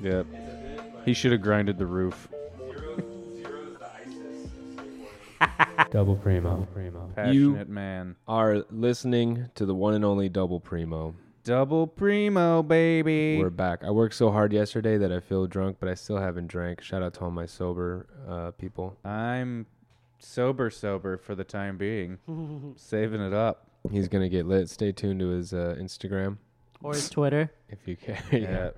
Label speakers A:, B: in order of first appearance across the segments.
A: Yeah. He should have grinded the roof.
B: Double primo. primo.
A: Passionate man.
B: Are listening to the one and only Double Primo.
A: Double primo, baby.
B: We're back. I worked so hard yesterday that I feel drunk, but I still haven't drank. Shout out to all my sober uh, people.
A: I'm sober, sober for the time being. Saving it up.
B: He's gonna get lit. Stay tuned to his uh, Instagram
C: Or his Twitter.
B: if you care. yeah.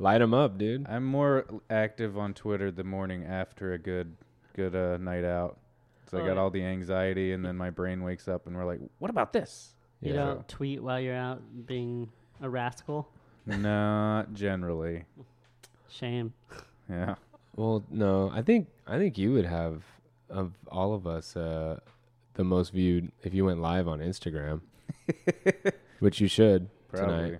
B: light him up, dude.
A: I'm more active on Twitter the morning after a good, good uh, night out. So I
C: Oh,
A: got
C: yeah.
A: all the anxiety, and then my brain wakes up, and we're like, "What about this?"
C: You
B: Yeah.
C: don't tweet while you're out being a rascal.
A: Not generally.
C: Shame.
A: Yeah.
B: Well, no, I think I think you would have of all of us uh, the most viewed if you went live on Instagram, which you should
A: Probably.
B: tonight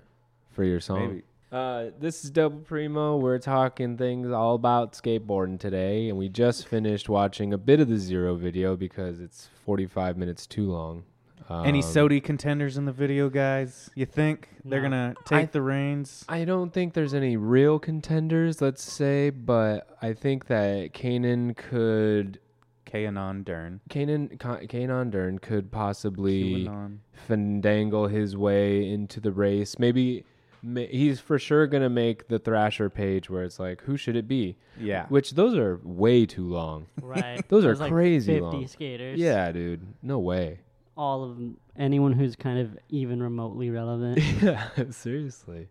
B: for your song.
A: Maybe.
B: Uh, this is Double Primo. We're talking things all about skateboarding today, and we just finished watching a bit of the Zero video because it's 45 minutes too long. Um,
A: Any Sodi contenders in the video, guys? You think they're
C: No.
A: gonna take
B: I-
A: the reins?
B: I don't think there's any real contenders, let's say, but I think that Kanan could
A: Kanon Dern.
B: Kanan Ka- Kanan Dern could possibly
A: QAnon.
B: fandangle his way into the race. Maybe ma- he's for sure gonna make the Thrasher page where it's like, who should it be?
A: Yeah.
B: Which those are way too long.
C: Right.
B: Those are
C: There's like
B: crazy
C: 50
B: long.
C: skaters.
B: Yeah, dude. No way.
C: All of them. Anyone who's kind of even remotely relevant.
B: yeah, seriously.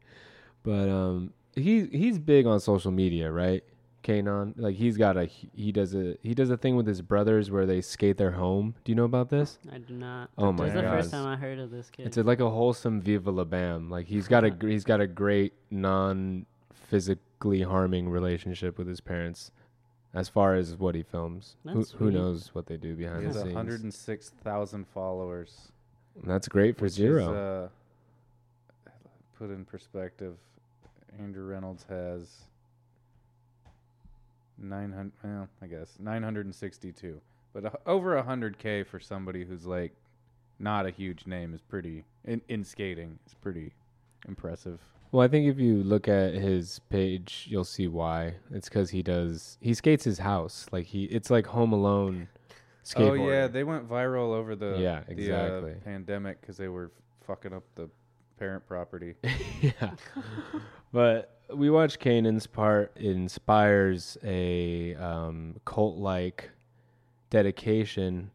B: But um, he he's big on social media, right? Kanon, like he's got a he does a he does a thing with his brothers where they skate their home. Do you know about this?
C: I do not.
B: Oh
C: This
B: my
C: is the
B: god!
C: first time I heard of this kid.
B: It's a, like a wholesome Viva La Bam. Like he's got a gr- he's got a great non physically harming relationship with his parents. As far as what he films, who,
C: That's
B: who
C: sweet.
B: knows what they do
A: He
B: behind
A: has
B: the scenes?
A: 106,000 followers.
B: That's great for
A: which is,
B: zero.
A: uh, put in perspective, Andrew Reynolds has 900, well, I guess, 962. But uh, over 100K for somebody who's like not a huge name is pretty, in, in skating, is pretty impressive.
B: Well, I think if you look at his page, you'll see why. It's because he does he skates his house like he it's like Home Alone skateboard.
A: Oh, yeah. They went viral over the,
B: Yeah,
A: the
B: exactly.
A: uh, pandemic because they were fucking up the parent property.
B: yeah. But we watch Kanan's part. It inspires a um, cult-like dedication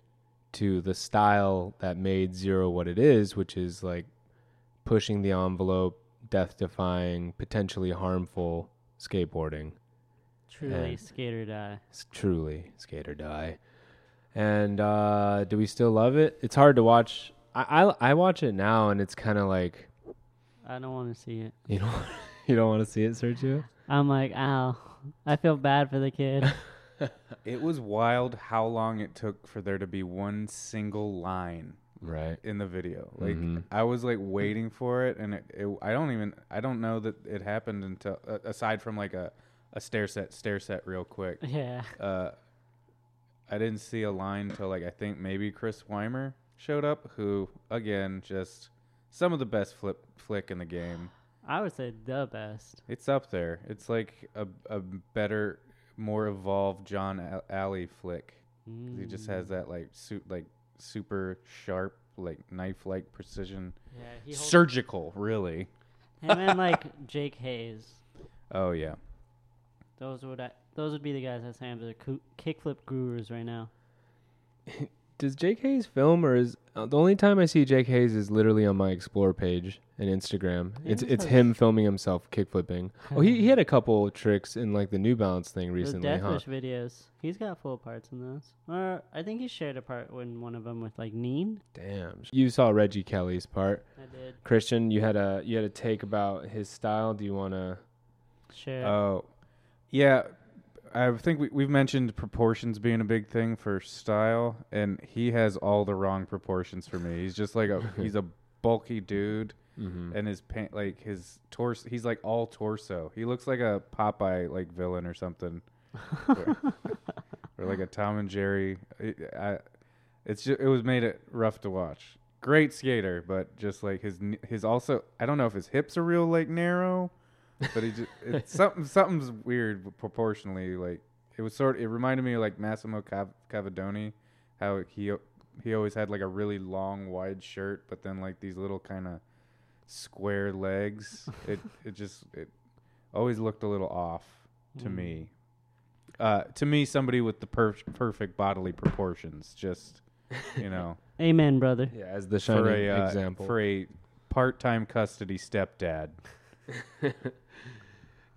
B: to the style that made Zero what it is, which is like pushing the envelope, death-defying, potentially harmful skateboarding.
C: Truly
B: Yeah.
C: skater die.
B: It's truly skate or die. And uh, do we still love it? It's hard to watch. I I, I watch it now, and it's kind of like
C: I don't want to see it.
B: you know you don't want to see it, Sergio.
C: I'm like, ow. I feel bad for the kid.
A: It was wild how long it took for there to be one single line
B: Right.
A: in the video. Like
B: Mhm.
A: I was like waiting for it, and it, it, I don't even I don't know that it happened until uh, aside from like a a stair set stair set real quick.
C: yeah.
A: Uh, I didn't see a line till like I think maybe Chris Weimer showed up, who again just some of the best flip flick in the game.
C: I would say the best.
A: It's up there. It's like a a better, more evolved John Al- Alley flick.
C: Mm.
A: 'Cause He just has that like suit like super sharp like knife like precision
C: Yeah, he holds
A: surgical really
C: him and like Jake Hayes.
A: oh yeah
C: Those would I, those would be the guys I say are coo- kickflip gurus right now.
B: Does Jake Hayes film or is uh, the only time I see Jake Hayes is literally on my Explore page and Instagram. It's
C: Yeah.
B: it's him filming himself kickflipping. Oh, he he had a couple tricks in like the New Balance thing recently,
C: the
B: huh?
C: Deathwish videos. He's got full parts in those. Or I think he shared a part in one of them with like Neen.
B: Damn. You saw Reggie Kelly's part.
C: I did
B: Christian, you had a you had a take about his style. Do you want to
C: share.
B: Uh,
A: oh yeah i think we, we've mentioned proportions being a big thing for style and he has all the wrong proportions for me he's just like a he's a bulky dude
B: Mm-hmm.
A: and his pant like his torso he's like all torso he looks like a popeye like villain or something or, or like a tom and jerry I- I, it's just it was made it rough to watch great skater but just like his kn- his also i don't know if his hips are real like narrow but he just it's something something's weird proportionally like it was sort it reminded me of like massimo Cav- cavadoni how he o- he always had like a really long wide shirt but then like these little kind of square legs. it it just it always looked a little off to
B: Hmm.
C: Mm.
A: me. Uh, to me, somebody with the perf- perfect bodily proportions, just you know,
C: Amen, brother.
B: Yeah, as the
A: for
B: shining
A: a uh,
B: example.
A: for a part-time custody stepdad.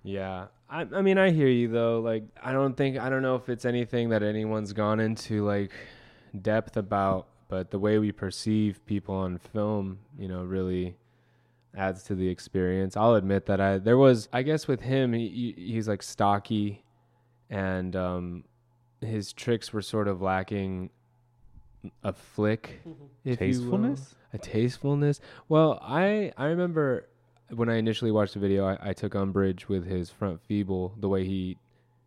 B: yeah. I, I mean, I hear you though. Like, I don't think, I don't know if it's anything that anyone's gone into like depth about, but the way we perceive people on film, you know, really adds to the experience. I'll admit that I, there was, I guess with him, he, he- he's like stocky and, um, his tricks were sort of lacking a flick, if you will.
A: Tastefulness?
B: a tastefulness. Well, I I remember when I initially watched the video, I, I took umbrage with his front feeble, the way he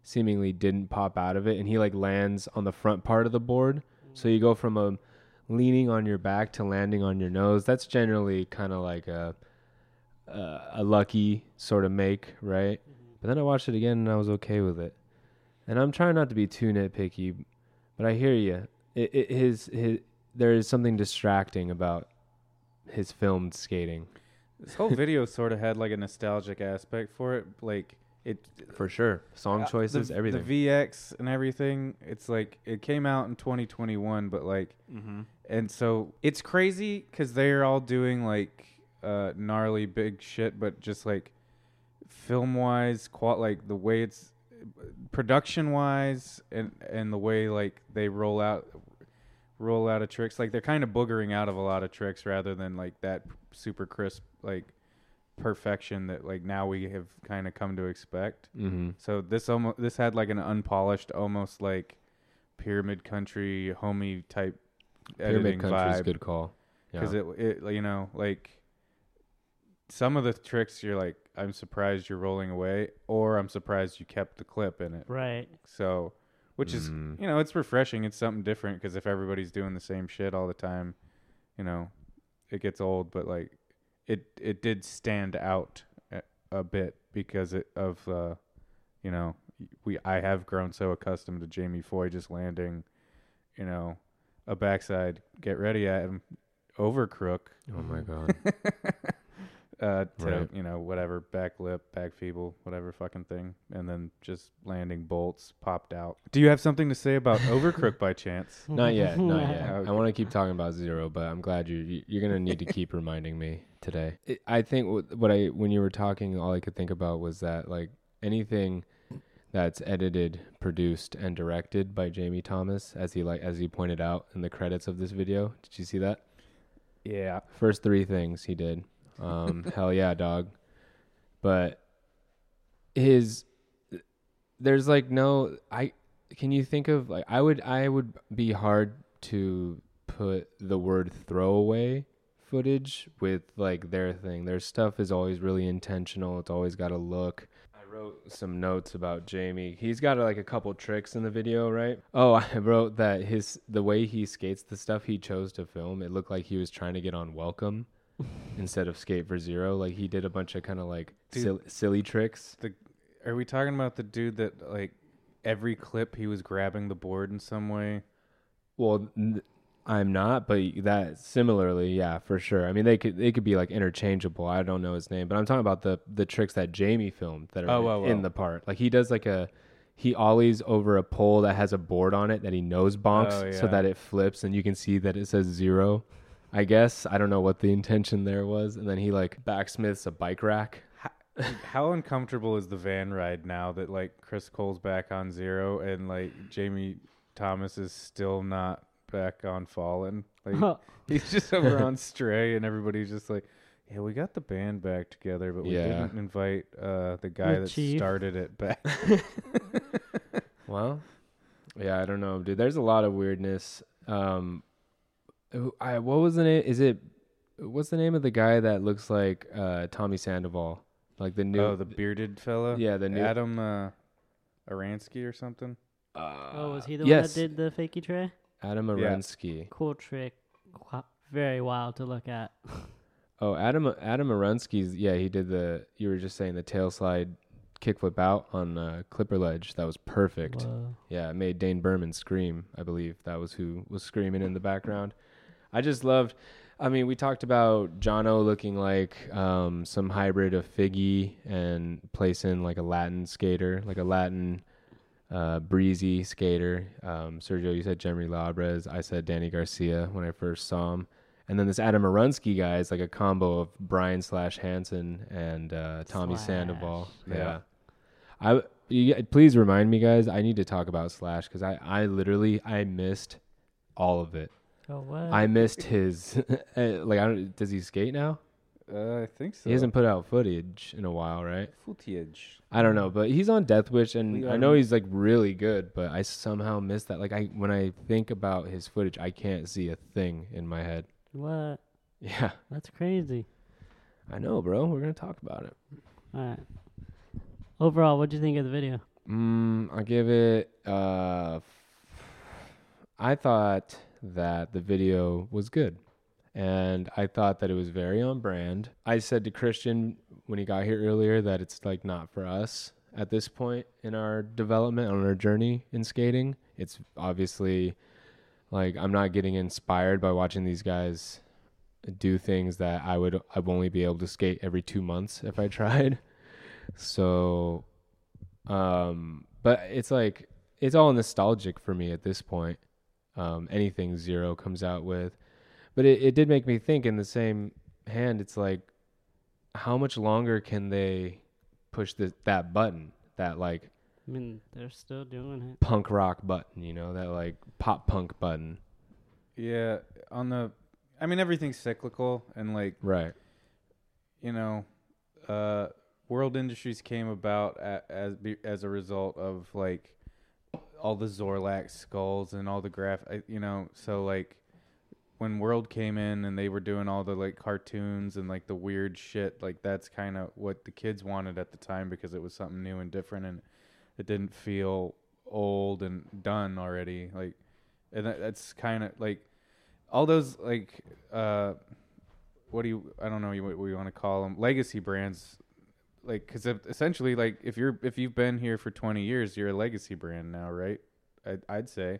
B: seemingly didn't pop out of it, and he like lands on the front part of the board. So you go from a leaning on your back to landing on your nose. That's generally kind of like a uh, a a lucky sort of make, right? But then I watched it again and I was okay with it. And I'm trying not to be too nitpicky, but I hear you. It, it, his his there is something distracting about his filmed skating
A: This whole video sort of had like a nostalgic aspect for it, like it
B: for sure. Song
A: uh,
B: choices,
A: the,
B: everything.
A: the VX and everything. It's like it came out in 2021, but like
B: mm-hmm.
A: And so it's crazy because they're all doing like uh, gnarly big shit, but just like film wise, qual- like the way it's production wise, and and the way like they roll out roll out of tricks, like they're kind of boogering out of a lot of tricks rather than like that super crisp like perfection that like now we have kind of come to expect.
B: Mm-hmm.
A: So this almost this had like an unpolished, almost like pyramid country, homey type editing
B: Pyramid Country's
A: vibe.
B: good call. Yeah.
A: Because it, it, you know, like some of the tricks, you're like, I'm surprised you're rolling away, or I'm surprised you kept the clip in it.
C: Right.
A: So, which is,
B: Mm.
A: you know, it's refreshing. It's something different because if everybody's doing the same shit all the time, you know, it gets old. But like, it it did stand out a, a bit because it, of, uh, you know, we I have grown so accustomed to Jamie Foy just landing, you know, a backside get ready at him over crook
B: oh my god.
A: uh, to
B: Right.
A: you know whatever back lip, back feeble, whatever fucking thing, and then just landing bolts popped out. Do you have something to say about Overcrook by chance?
B: not yet. Not yet.
A: Okay.
B: I want to keep talking about zero, but I'm glad you- you you're gonna need to keep reminding me today. It, I think what, what I when you were talking, all I could think about was that like anything that's edited, produced, and directed by Jamie Thomas, as he like as he pointed out in the credits of this video. Did you see that?
A: Yeah,
B: First three things he did. Um, hell yeah, dog. But his there's like no I can you think of like I would I would be hard to put the word throwaway footage with like their thing. Their stuff is always really intentional. It's always got to look. I wrote some notes about Jamie. He's got like a couple tricks in the video, right? Oh, I wrote that his the way he skates the stuff he chose to film, it looked like he was trying to get on welcome instead of skate for zero. Like he did a bunch of kind of like
A: Dude.
B: silly, silly tricks.
A: the are we talking about the dude that like every clip he was grabbing the board in some way?
B: Well, n- I'm not, but that similarly, yeah, for sure. I mean, they could they could be like interchangeable. I don't know his name, but I'm talking about the the tricks that Jamie filmed that are
A: Oh, oh,
B: in
A: oh.
B: the part. Like he does like a he ollies over a pole that has a board on it that he nose bonks
A: Oh,
B: so
A: yeah.
B: that it flips and you can see that it says zero. I guess I don't know what the intention there was, and then he like backsmiths a bike rack.
A: How uncomfortable is the van ride now that like Chris Cole's back on zero and like Jamie Thomas is still not back on fallen? Like
C: Oh,
A: He's just over on Stray, and everybody's just like, "Yeah, we got the band back together, but we
B: Yeah.
A: didn't invite uh, the guy
C: The
A: that
C: chief.
A: started it back."
B: Well, yeah, I don't know, dude. There's a lot of weirdness. Um, who- I what was in it? Is it what's the name of the guy that looks like uh, Tommy Sandoval, like the new?
A: oh, the bearded fella.
B: yeah, the new.
A: Adam uh, Aransky or something.
B: uh,
C: Oh, was he the
B: yes,
C: one that did the fakey tray?
B: Adam Aransky.
C: Cool trick. Wa- Very wild to look at.
B: Oh, Adam Adam Aransky's. Yeah, he did the. You were just saying the tail slide kickflip out on uh, Clipper ledge. That was perfect.
C: Whoa.
B: Yeah, it made Dane Berman scream. I believe that was who was screaming in the background. I just loved. I mean, we talked about Jono looking like um, some hybrid of Figgy and placing like a Latin skater, like a Latin uh, breezy skater. Um, Sergio, you said Jeremy Labres. I said Danny Garcia when I first saw him. And then this Adam Aronski guy is like a combo of Brian slash Hansen and uh, Tommy
C: Slash.
B: Sandoval.
A: Yeah.
B: yeah. I you, g- please remind me, guys. I need to talk about Slash because I I literally I missed all of it.
C: Oh, what?
B: I missed his eh, like. I don't, does he skate now?
A: Uh, I think so.
B: He hasn't put out footage in a while, right?
A: footage.
B: I don't know, but he's on Death Wish, and
A: We
B: I
A: are-
B: know he's like really good, but I somehow missed that. Like I when I think about his footage, I can't see a thing in my head.
C: what?
B: Yeah,
C: That's crazy.
B: I know, bro. We're gonna talk about it.
C: All right. Overall, what'd you think of the video?
B: Mm, I give it. Uh, f- I thought that the video was good, and I thought that it was very on brand. I said to Christian when he got here earlier that it's like not for us at this point in our development on our journey in skating. It's obviously like I'm not getting inspired by watching these guys do things that I would I'd only be able to skate every two months if I tried. So um but it's like it's all nostalgic for me at this point um anything zero comes out with but it, it did make me think in the same hand it's like how much longer can they push the, that button that like
C: I mean, they're still doing it.
B: punk rock button you know that like pop punk button
A: Yeah, on the. I mean, everything's cyclical, and like
B: right
A: you know, uh, World Industries came about a as be, as a result of like all the Zorlak skulls and all the graph, I- you know. So like when World came in and they were doing all the like cartoons and like the weird shit, like that's kind of what the kids wanted at the time because it was something new and different and it didn't feel old and done already. Like, and that, that's kind of like all those like. uh what do you I don't know what we want to call them legacy brands like cuz essentially like if you're if you've been here for 20 years you're a legacy brand now right I I'd say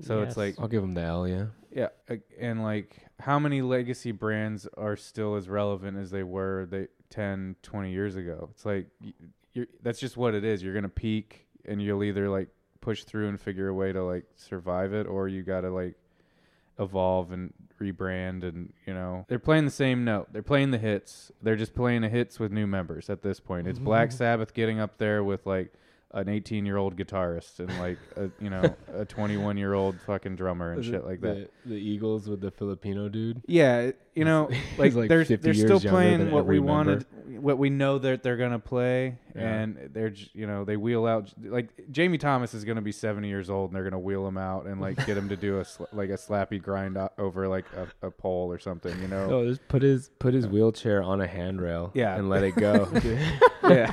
A: so it's
C: Yes.
A: like
B: i'll give them the l yeah
A: yeah like- and like how many legacy brands are still as relevant as they were they 10 20 years ago it's like y- you're that's just what it is you're going to peak and you'll either like push through and figure a way to like survive it or you got to like evolve and rebrand and you know they're playing the same note they're playing the hits they're just playing the hits with new members at this point it's black sabbath getting up there with like an 18 year old guitarist and like a you know a 21 year old fucking drummer and shit like that
B: the eagles with the filipino dude
A: yeah, it- you know,
B: He's
A: like,
B: like
A: they're
B: 50
A: they're
B: years
A: still
B: younger
A: playing
B: than
A: what
B: every
A: we wanted, what we know that they're gonna play,
B: Yeah.
A: and they're j- you know they wheel out like Jamie Thomas is gonna be seventy years old, and they're gonna wheel him out and like get him to do a sl- like a slappy grind o- over like a, a pole or something, you know?
B: oh just put his put his wheelchair on a handrail
A: Yeah.
B: and let it go
A: yeah,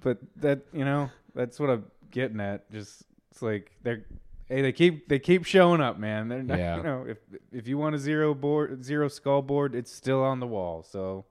A: but that you know that's what I'm getting at. Just it's like they're. Hey, they keep they keep showing up, man. They're not,
B: Yeah.
A: you know, if if you want a zero board, zero skull board, it's still on the wall. So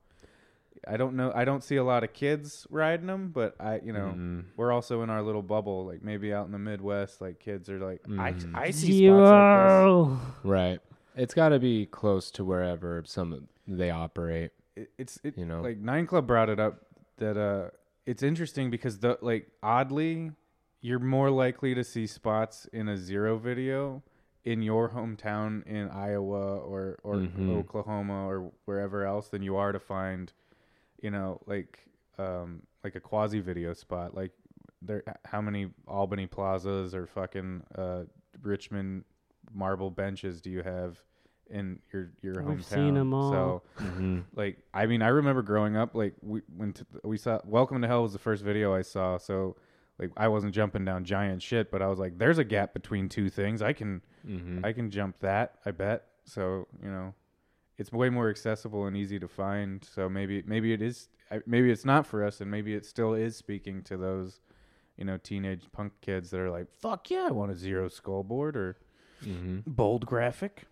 A: I don't know. I don't see a lot of kids riding them, but I, you know,
B: Mm.
A: we're also in our little bubble. Like maybe out in the Midwest, like kids are like,
B: Mhm.
A: I I see
C: Mm.
A: spots like
C: Zero.
B: Right. It's got to be close to wherever some they operate.
A: this. It, it's it,
B: You know.
A: like Nine Club brought it up that uh, it's interesting because the like oddly, you're more likely to see spots in a zero video in your hometown in Iowa or or
B: Mhm.
A: Oklahoma or wherever else than you are to find, you know, like um like a quasi video spot like there how many Albany plazas or fucking uh Richmond marble benches do you have in your your hometown?
C: We've seen 'em all.
A: So like I mean I remember growing up like we when t- we saw Welcome to Hell was the first video I saw so like I wasn't jumping down giant shit but I was like there's a Mm-hmm. gap between two things I can I can jump that I bet so you know it's way more accessible and easy to find. So maybe maybe it is I- maybe it's not for us, and maybe it still is speaking to those, you know, teenage punk kids that are like, "Fuck yeah, I want a zero skull board or
B: Mm-hmm.
A: bold graphic."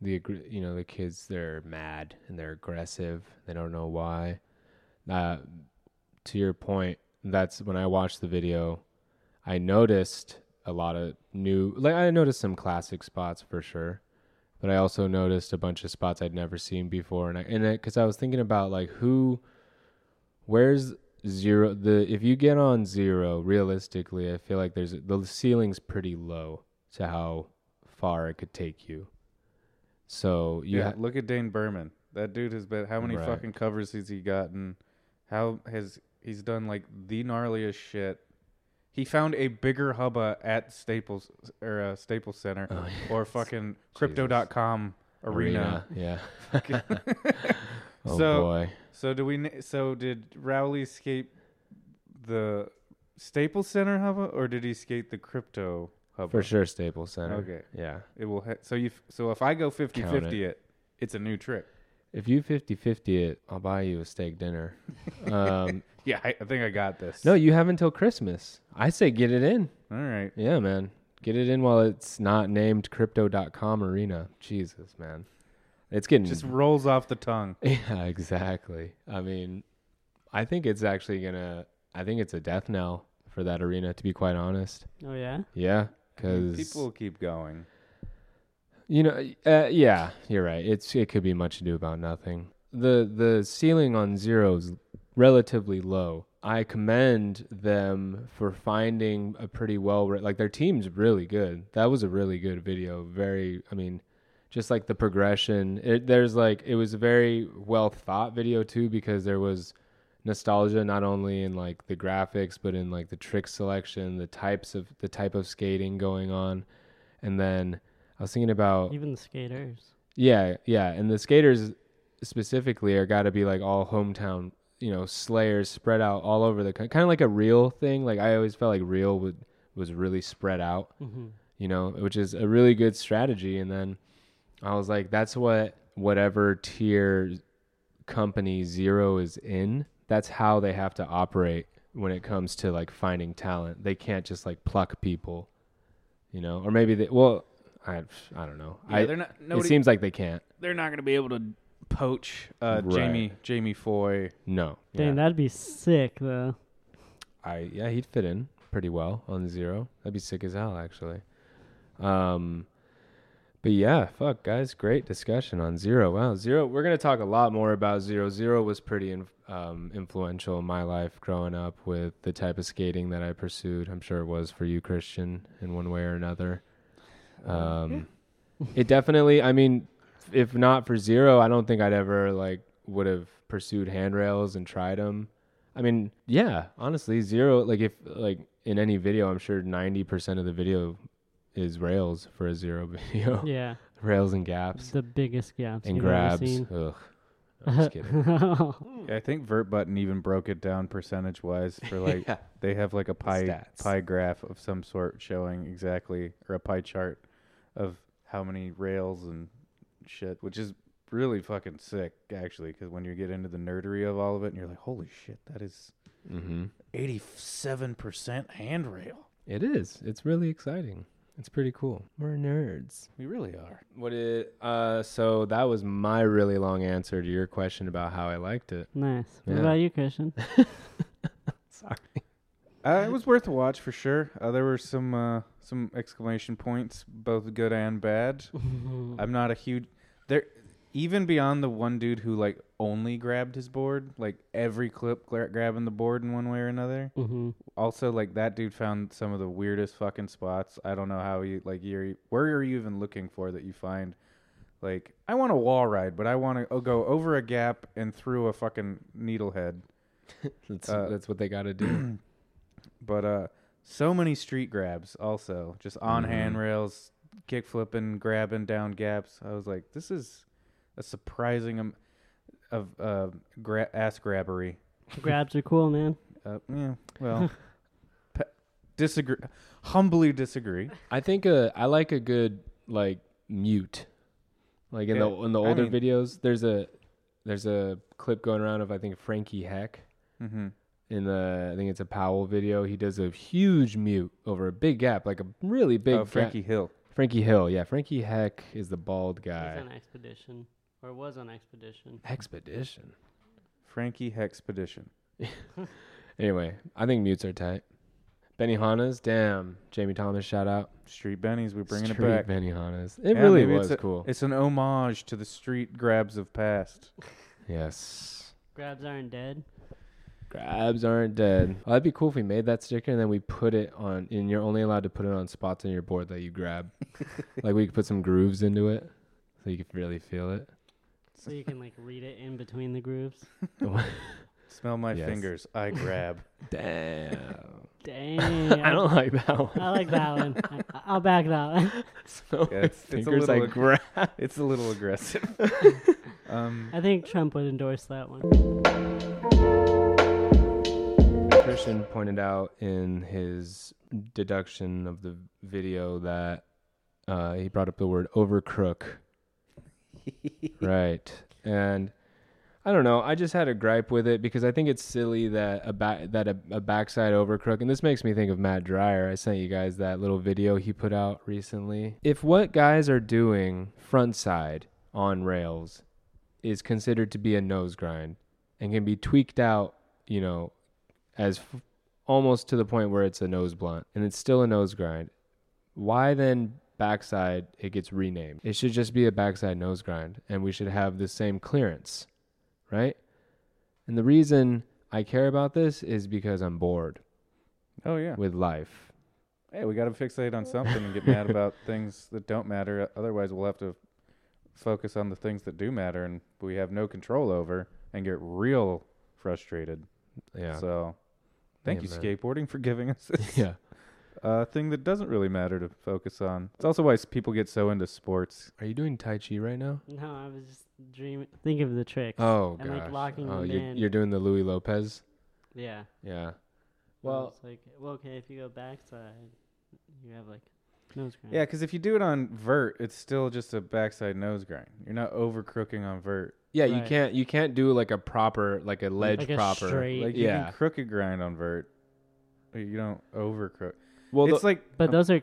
B: the aggr- you know the kids they're mad and they're aggressive they don't know why uh, to your point that's when i watched the video i noticed a lot of new like i noticed some classic spots for sure but i also noticed a bunch of spots i'd never seen before and i and because i was thinking about like who where's zero the if you get on zero realistically i feel like there's the ceiling's pretty low to how far it could take you so you
A: yeah,
B: ha-
A: look at Dane Berman. That dude has been how many
B: Right.
A: fucking covers has he gotten? How has he's done like the gnarliest shit? He found a bigger hubba at Staples or uh, Staples Center
B: Oh, yeah.
A: or fucking crypto.com arena.
B: Yeah. oh
A: So-
B: boy.
A: So do we na- so did Rowley escape the Staples Center hubba or did he escape the crypto hubba?
B: For sure Staples Center.
A: Okay.
B: Yeah.
A: It will ha- so you f- so if I go 50-50 it.
B: it.
A: it's a new trick.
B: If you 50-50 it, I'll buy you a steak dinner. um,
A: Yeah, I, I think I got this.
B: no, you have until Christmas. I say get it in.
A: All right.
B: Yeah, man. Get it in while it's not named crypto.com arena. Jesus, man. It's getting
A: just rolls off the tongue.
B: Yeah, exactly. I mean, I think it's actually going to I think it's a death knell for that arena to be quite honest.
C: Oh yeah.
B: Yeah, cuz
A: People keep going.
B: You know, uh, yeah, you're right. It's it could be much ado about nothing. The the ceiling on zero is relatively low. I commend them for finding a pretty well re- like their team's really good. That was a really good video. Very, I mean, just like the progression. It, there's like it was a very well thought video too because there was nostalgia not only in like the graphics but in like the trick selection, the types of the type of skating going on, and then I was thinking about
C: Even the skaters.
B: yeah, yeah, and the skaters specifically are got to be like all hometown, you know, slayers spread out all over the country, kind of like a real thing. Like I always felt like real would was really spread out
C: hmm
B: you know, which is a really good strategy. And then I was like, that's what whatever tier company zero is in, that's how they have to operate when it comes to like finding talent. They can't just like pluck people, you know, or maybe they, well, I, I don't know.
A: Yeah,
B: I,
A: they're not.
B: it
A: Nobody,
B: seems like they can't.
A: they're not going to be able to poach uh,
B: Right.
A: Jamie Jamie Foy.
B: No.
C: Dang,
B: yeah.
C: that'd be sick though.
B: I yeah, he'd fit in pretty well on zero. That'd be sick as hell, actually. Um, but yeah, fuck guys, great discussion on zero. Wow, zero. We're gonna talk a lot more about zero. Zero was pretty in, um, influential in my life growing up with the type of skating that I pursued. I'm sure it was for you, Christian, in one way or another. Um, it definitely. I mean, if not for zero, I don't think I'd ever like would have pursued handrails and tried them. I mean, yeah, honestly, zero. Like if like in any video, I'm sure ninety percent of the video is rails for a zero video.
C: Yeah.
B: rails and gaps
C: The biggest gaps
B: and
C: you've Ever
B: grabs.
C: seen.
B: Ugh. No, I'm just kidding.
A: I think Vert Button even broke it down percentage wise for like
B: Yeah.
A: they have like a pie
B: stats.
A: pie graph of some sort showing exactly or a pie chart of how many rails and shit, which is really fucking sick actually. Because when you get into the nerdery of all of it, and you're like, holy shit, that is
B: Mm-hmm.
A: eighty seven percent handrail.
B: It is. It's really exciting. It's pretty cool. We're nerds.
A: We really are.
B: What it? Uh, so that was my really long answer to your question about how I liked it.
C: nice. What
B: Yeah.
C: about you, Christian?
B: Sorry.
A: Uh, it was worth a watch for sure. Uh, there were some uh, some exclamation points, both good and bad. I'm not a huge there, even beyond the one dude who like only grabbed his board, like every clip gra- grabbing the board in one way or another.
C: mm-hmm.
A: Also, like that dude found some of the weirdest fucking spots. I don't know how you like you're where are you even looking for that you find. Like I want a wall ride, but I want to go over a gap and through a fucking needlehead.
B: That's
A: Uh,
B: that's what they got to do.
A: But uh so many street grabs also, just on
B: Mhm.
A: handrails, kick flipping, grabbing down gaps. I was like, this is a surprising am- of uh gra- ass grabbery.
C: grabs are cool, man.
A: Uh, yeah, well, pe- disagree, humbly disagree.
B: I think uh, I like a good like mute Like in the
A: Yeah,
B: in the
A: I
B: older
A: mean-
B: videos, there's a there's a clip going around of I think Frankie Heck
A: Mm-hmm.
B: in the I think it's a Powell video. He does a huge mute over a big gap, like a really big
A: oh, Frankie Hill.
B: gap. Frankie Hill, yeah. Frankie Heck is the bald guy.
C: He's on Expedition, or was on Expedition.
B: Expedition.
A: Frankie Hexpedition.
B: Anyway, I think mutes are tight. Benihana's, damn. Jamie Thomas, shout out.
A: Street Bennies, we're bringing
B: Street
A: it back.
B: Benihana's. It
A: Yeah,
B: really
A: maybe
B: was
A: it's a-
B: cool.
A: It's an homage to the street grabs of past.
B: Yes.
C: Grabs aren't dead.
B: Grabs aren't dead. Well, that'd be cool if we made that sticker and then we put it on, and you're only allowed to put it on spots on your board that you grab. like we could put some grooves into it so you could really feel it.
C: So you can like read it in between the grooves.
A: Smell my
B: Yes.
A: fingers. I grab.
B: Damn.
C: Dang.
B: I don't like that one.
C: I like that one. I, I'll back that one.
B: Smell
A: Yeah,
B: Oh, my
A: it's- it's a
B: fingers
A: little
B: I
A: ag-
B: grab.
A: it's a little aggressive. um,
C: I think Trump would endorse that one.
B: Christian pointed out in his deduction of the video that uh, he brought up the word overcrook. right. And I don't know. I just had a gripe with it because I think it's silly that a ba- that a, a backside overcrook, and this makes me think of Matt Dreyer. I sent you guys that little video he put out recently. If what guys are doing frontside on rails is considered to be a nose grind and can be tweaked out, you know, as f- almost to the point where it's a nose blunt and it's still a nose grind, why then backside it gets renamed? It should just be a backside nose grind and we should have the same clearance, right? And the reason I care about this is because I'm bored
A: oh yeah.
B: with life.
A: Hey, we got to fixate on something and get mad about things that don't matter. Otherwise, we'll have to focus on the things that do matter and we have no control over and get real frustrated.
B: Yeah.
A: So, thank you,
B: Amen.
A: skateboarding, for giving us this
B: yeah.
A: uh, thing that doesn't really matter to focus on. It's also why s- people get so into sports.
B: Are you doing Tai Chi right now?
C: No, I was just dreaming. Think of the tricks.
B: Oh,
C: I'm, like,
B: gosh.
C: locking
B: oh,
C: them
B: you're,
C: in.
B: you're doing the Louis Lopez?
C: Yeah.
B: Yeah.
C: Well,
B: Well,
C: it's like, well, okay, if you go backside, you have like nose grind.
A: Yeah, because if you do it on vert, it's still just a backside nose grind. You're not over crooking on vert.
B: yeah, you
C: Right.
B: can't you can't do like a proper like a ledge
C: like a
B: proper.
C: straight-
A: Like you
B: yeah.
A: can crooked grind on vert, but you don't over crook.
B: well, the-
A: it's like
C: But those are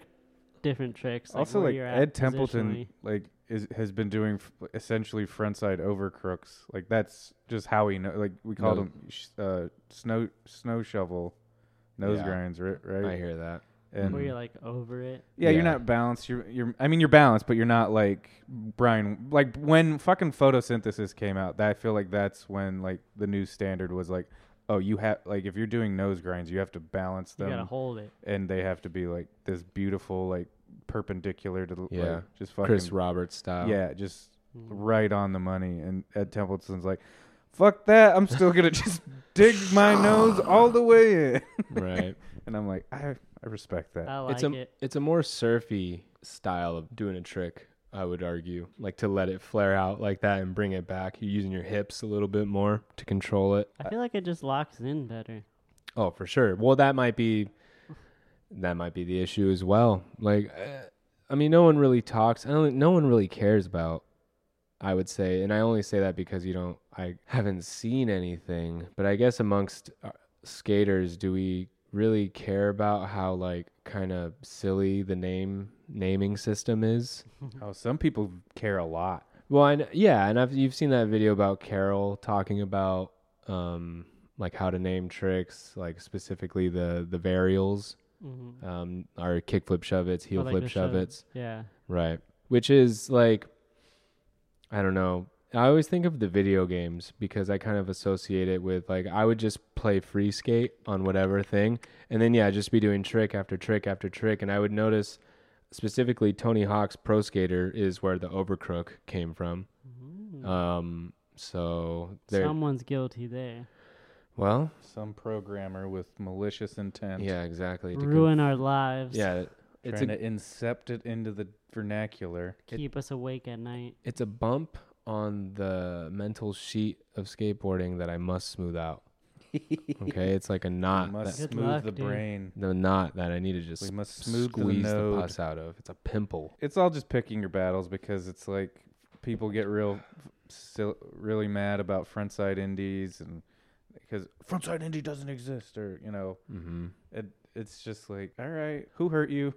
C: different tricks. Like
A: um, also
C: where
A: like
C: you're
A: Ed
C: at
A: Templeton
C: positionally.
A: like is has been doing f- essentially frontside over crooks. Like that's just how he know. Like we called
B: No-
A: him sh- uh, snow snow shovel nose
B: Yeah.
A: grinds, ri- right?
B: I hear that.
A: And
C: Where you're like over it.
A: yeah, you're
B: Yeah.
A: not balanced. You're you're. I mean, you're balanced, but you're not like Brian. Like when fucking photosynthesis came out, that I feel like that's when like the new standard was like, oh, you have like if you're doing nose grinds, you have to balance
C: You
A: them,
B: Um,
C: gotta hold it.
A: and they have to be like this beautiful like perpendicular to the
B: Yeah.
A: like, just fucking
B: Chris Roberts style.
A: yeah, just
C: Mm.
A: right on the money. And Ed Templeton's like, fuck that, I'm still gonna just dig my nose all the way in.
B: Right.
A: And I'm like, I I respect that.
C: I like
B: it's a
C: it.
B: it's a more surfy style of doing a trick, I would argue. Like to let it flare out like that and bring it back. You're using your hips a little bit more to control it.
C: I feel like it just locks in better.
B: Oh, for sure. Well, that might be that might be the issue as well. Like, uh, I mean, no one really talks. I don't. No one really cares about. I would say, and I only say that because you don't. I haven't seen anything, but I guess amongst uh, skaters, do we really care about how like kind of silly the name naming system is?
A: Oh, some people care a lot.
B: Well, I kn- yeah, and I've you've seen that video about Carol talking about um like how to name tricks, like specifically the the varials,
C: Mhm.
B: um, are kickflip shovets, heel
C: I like
B: flip
C: the shove-
B: shovets,
C: Yeah.
B: right? Which is like, I don't know. I always think of the video games because I kind of associate it with like I would just play free skate on whatever thing, and then yeah, just be doing trick after trick after trick, and I would notice specifically Tony Hawk's Pro Skater is where the overcrook came from.
C: Mhm.
B: Um, so there.
C: Someone's guilty there.
B: well,
A: Some programmer with malicious intent.
B: yeah, exactly. to con-
C: Ruin our lives.
B: yeah, it's
A: Trying
B: a
A: to incept it into the vernacular.
C: Keep us awake at night.
B: it's a bump on the mental sheet of skateboarding that I must smooth out. Okay, it's like a knot.
A: must
B: Ah, That,
C: Good
A: smooth
C: luck,
A: the
C: dude.
A: brain.
B: the knot that I need to just
A: We must
B: smooth
A: smooth the
B: squeeze the,
A: node.
B: pus out of. It's a pimple.
A: It's all just picking your battles because it's like people get real, still really mad about frontside indies and because frontside indie doesn't exist or you know
B: Mm-hmm.
A: it it's just like all right who hurt you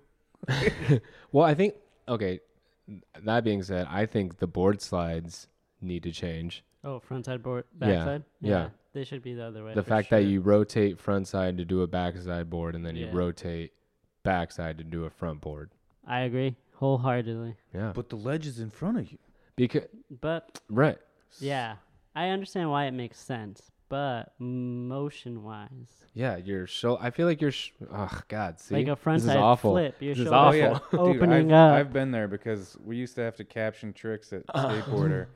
B: Uh-huh. Well, I think okay. That being said, I think the board slides need to change.
C: Oh, frontside board,
B: Yeah,
C: backside.
B: yeah.
C: they should be the other way.
B: the
C: for
B: fact that
C: sure.
B: you rotate front side to do a backside board, and then
C: Yeah.
B: you rotate backside to do a front board.
C: I agree wholeheartedly.
B: Yeah,
A: but the ledge is in front of you
B: because
C: But
B: right.
C: yeah, I understand why it makes sense. But motion wise,
B: Yeah, your shoulder. I feel like your. Sh- oh God, see,
C: like a
B: this is
C: frontside
B: awful.
C: flip, your
B: This is
C: shoulder
B: awful.
A: yeah
C: oh, opening
A: Dude, I've,
C: up.
A: I've been there because we used to have to caption tricks at skateboarder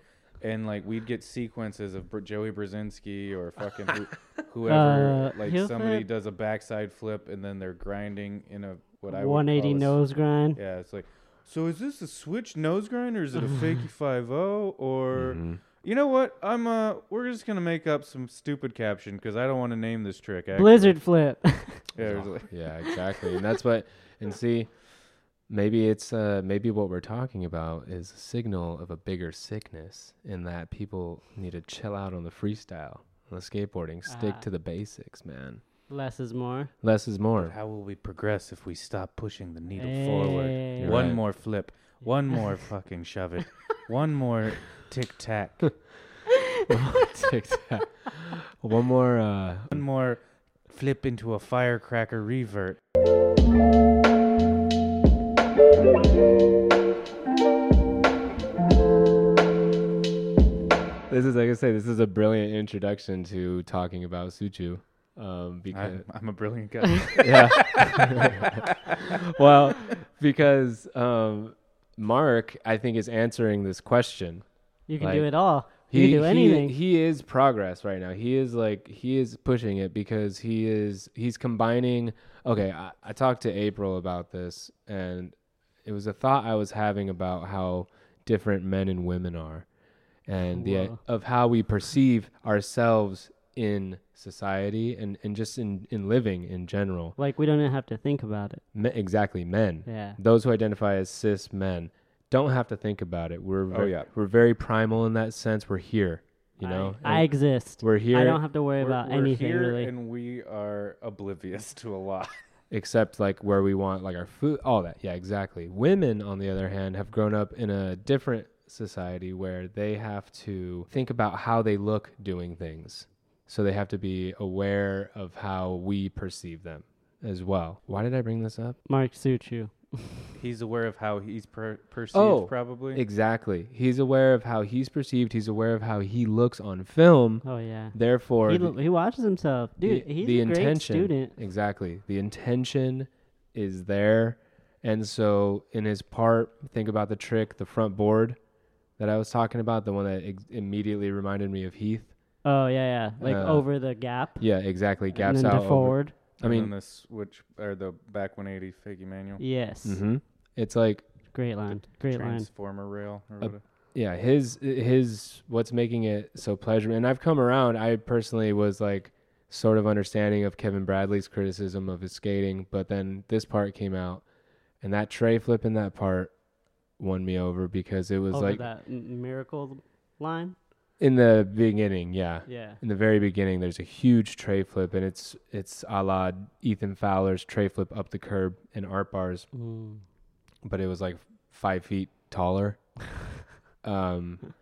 A: and like we'd get sequences of Br- joey brzezinski or fucking who, whoever
C: Uh,
A: like
C: heel
A: somebody
C: flip?
A: does a backside flip and then they're grinding in a what i would call
C: One eighty
A: a s-
C: nose grind.
A: yeah it's like so is this a switch nose grind or is it a fakey 5 or
B: Mhm.
A: You know what? I'm uh we're just gonna make up some stupid caption because I don't want to name this trick. Actually.
C: Blizzard flip.
A: Yeah, it was like-
B: yeah, exactly. And that's what. And see, maybe it's uh maybe what we're talking about is a signal of a bigger sickness, in that people need to chill out on the freestyle, on the skateboarding, stick
C: Ah.
B: to the basics, man.
C: Less is more.
B: Less is more.
A: How will we progress if we stop pushing the needle
C: Hey.
A: forward?
B: You're
A: One
B: right.
A: more flip. One more fucking shove it. One more tic tac.
B: Tic Tac. One more. Uh,
A: One more flip into a firecracker revert.
B: this is like I say. This is a brilliant introduction to talking about Suchu. Um, because
A: I'm, I'm a brilliant guy.
B: yeah. well, because um, Mark, I think, is answering this question.
C: You can
B: Like,
C: do it all. you can do anything.
B: He, is progress right now. He is like he is pushing it because he is he's combining. Okay, I, I talked to April about this, and it was a thought I was having about how different men and women are, and the
C: Whoa.
B: of how we perceive ourselves in society and and just in in living in general.
C: like we don't even have to think about it.
B: Me- exactly, men.
C: Yeah.
B: Those who identify as cis men don't have to think about it. We're
A: Oh,
B: ve-
A: yeah.
B: we're very primal in that sense. We're here, you
C: I-
B: know.
C: I,
B: And
C: exist.
B: we're here,
C: I don't have to worry
A: We're-
C: about
A: we're
C: anything
A: here
C: really.
A: and we are oblivious to a lot.
B: except like where we want, like our food, all that. Yeah, exactly. Women, on the other hand, have grown up in a different society where they have to think about how they look doing things. So they have to be aware of how we perceive them as well. Why did I bring this up?
C: Mark Suchu.
A: He's aware of how he's per- perceived,
B: Oh,
A: probably.
B: Exactly. He's aware of how he's perceived. He's aware of how he looks on film.
C: Oh yeah.
B: Therefore,
C: He,
B: the-
C: lo- he watches himself, dude.
B: the-
C: he's
B: the
C: a great
B: intention-
C: student.
B: Exactly. The intention is there. And so, in his part, think about the trick, the front board that I was talking about, the one that ex- immediately reminded me of Heath.
C: Oh yeah, yeah. Like
B: Uh,
C: over the gap.
B: Yeah, exactly.
C: and
B: Gaps
C: then
B: out.
C: to
B: over-
C: forward.
B: I mean,
A: and then the switch or the back 180 fake manual
C: Yes.
B: mhm. it's like,
C: Great line. Great line.
A: transformer rail or whatever.
B: yeah, his his what's making it so pleasurable. And I've come around. I personally was like sort of understanding of Kevin Bradley's criticism of his skating, but then this part came out, and that tray flip in that part won me over because it was
C: Over
B: like
C: Oh, that m- miracle line.
B: in the beginning, yeah.
C: Yeah.
B: In the very beginning, there's a huge tray flip, and it's it's a la Ethan Fowler's tray flip up the curb in art bars
C: Mm.
B: but it was like five feet taller. um,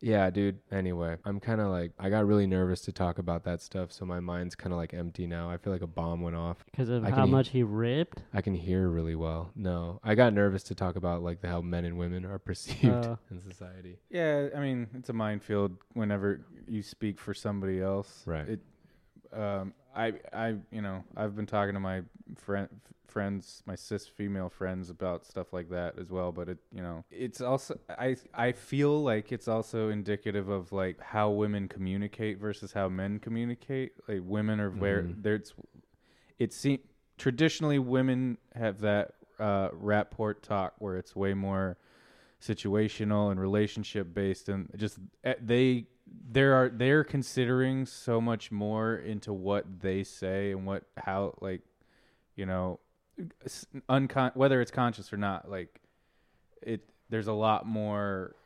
B: yeah, dude. Anyway, I'm kind of like I got really nervous to talk about that stuff, so my mind's kind of like empty now. I feel like a bomb went off.
C: Because of
B: I
C: how
B: can-
C: much he ripped.
B: I can hear really well. No, I got nervous to talk about like the, how men and women are perceived
C: Oh.
B: in society.
A: Yeah, I mean it's a minefield whenever you speak for somebody else.
B: Right.
A: It, um, I, I, you know, I've been talking to my friend, friends, my cis female friends about stuff like that as well. But it, you know, it's also I, I feel like it's also indicative of like how women communicate versus how men communicate. Like women are where
B: Mhm.
A: there's, it seems traditionally women have that uh, rapport talk where it's way more situational and relationship based and just eh, they there are they're considering so much more into what they say and what how like you know s- uncon whether it's conscious or not like it there's a lot more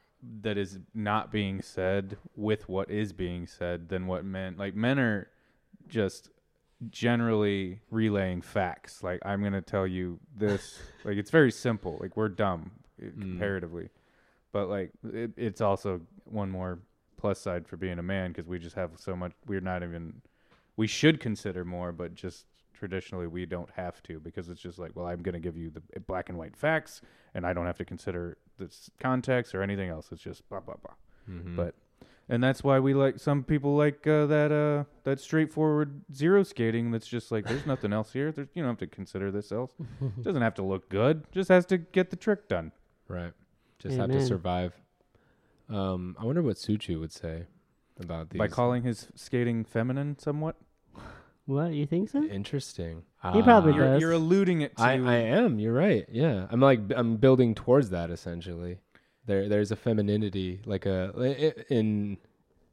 A: that is not being said with what is being said than what men like men are just generally relaying facts like i'm going to tell you this like it's very simple like we're dumb eh, comparatively but like it, it's also one more plus side for being a man because we just have so much we're not even we should consider more but just traditionally we don't have to because it's just like well i'm going to give you the black and white facts and i don't have to consider this context or anything else it's just blah blah blah but and that's why we like some people like uh, that uh that straightforward zero skating that's just like there's nothing else here there's you don't have to consider this else doesn't have to look good just has to get the trick done
B: Right. Just have to
C: Amen.
B: survive. Um, I wonder what Suchu would say about these.
A: by calling his skating feminine somewhat
C: What you think so?
B: Interesting.
C: He probably
B: Ah.
A: you're,
C: does.
A: you're alluding it to
B: I, I am. You're right. Yeah. I'm like I'm building towards that essentially. There there's a femininity like a i- i- in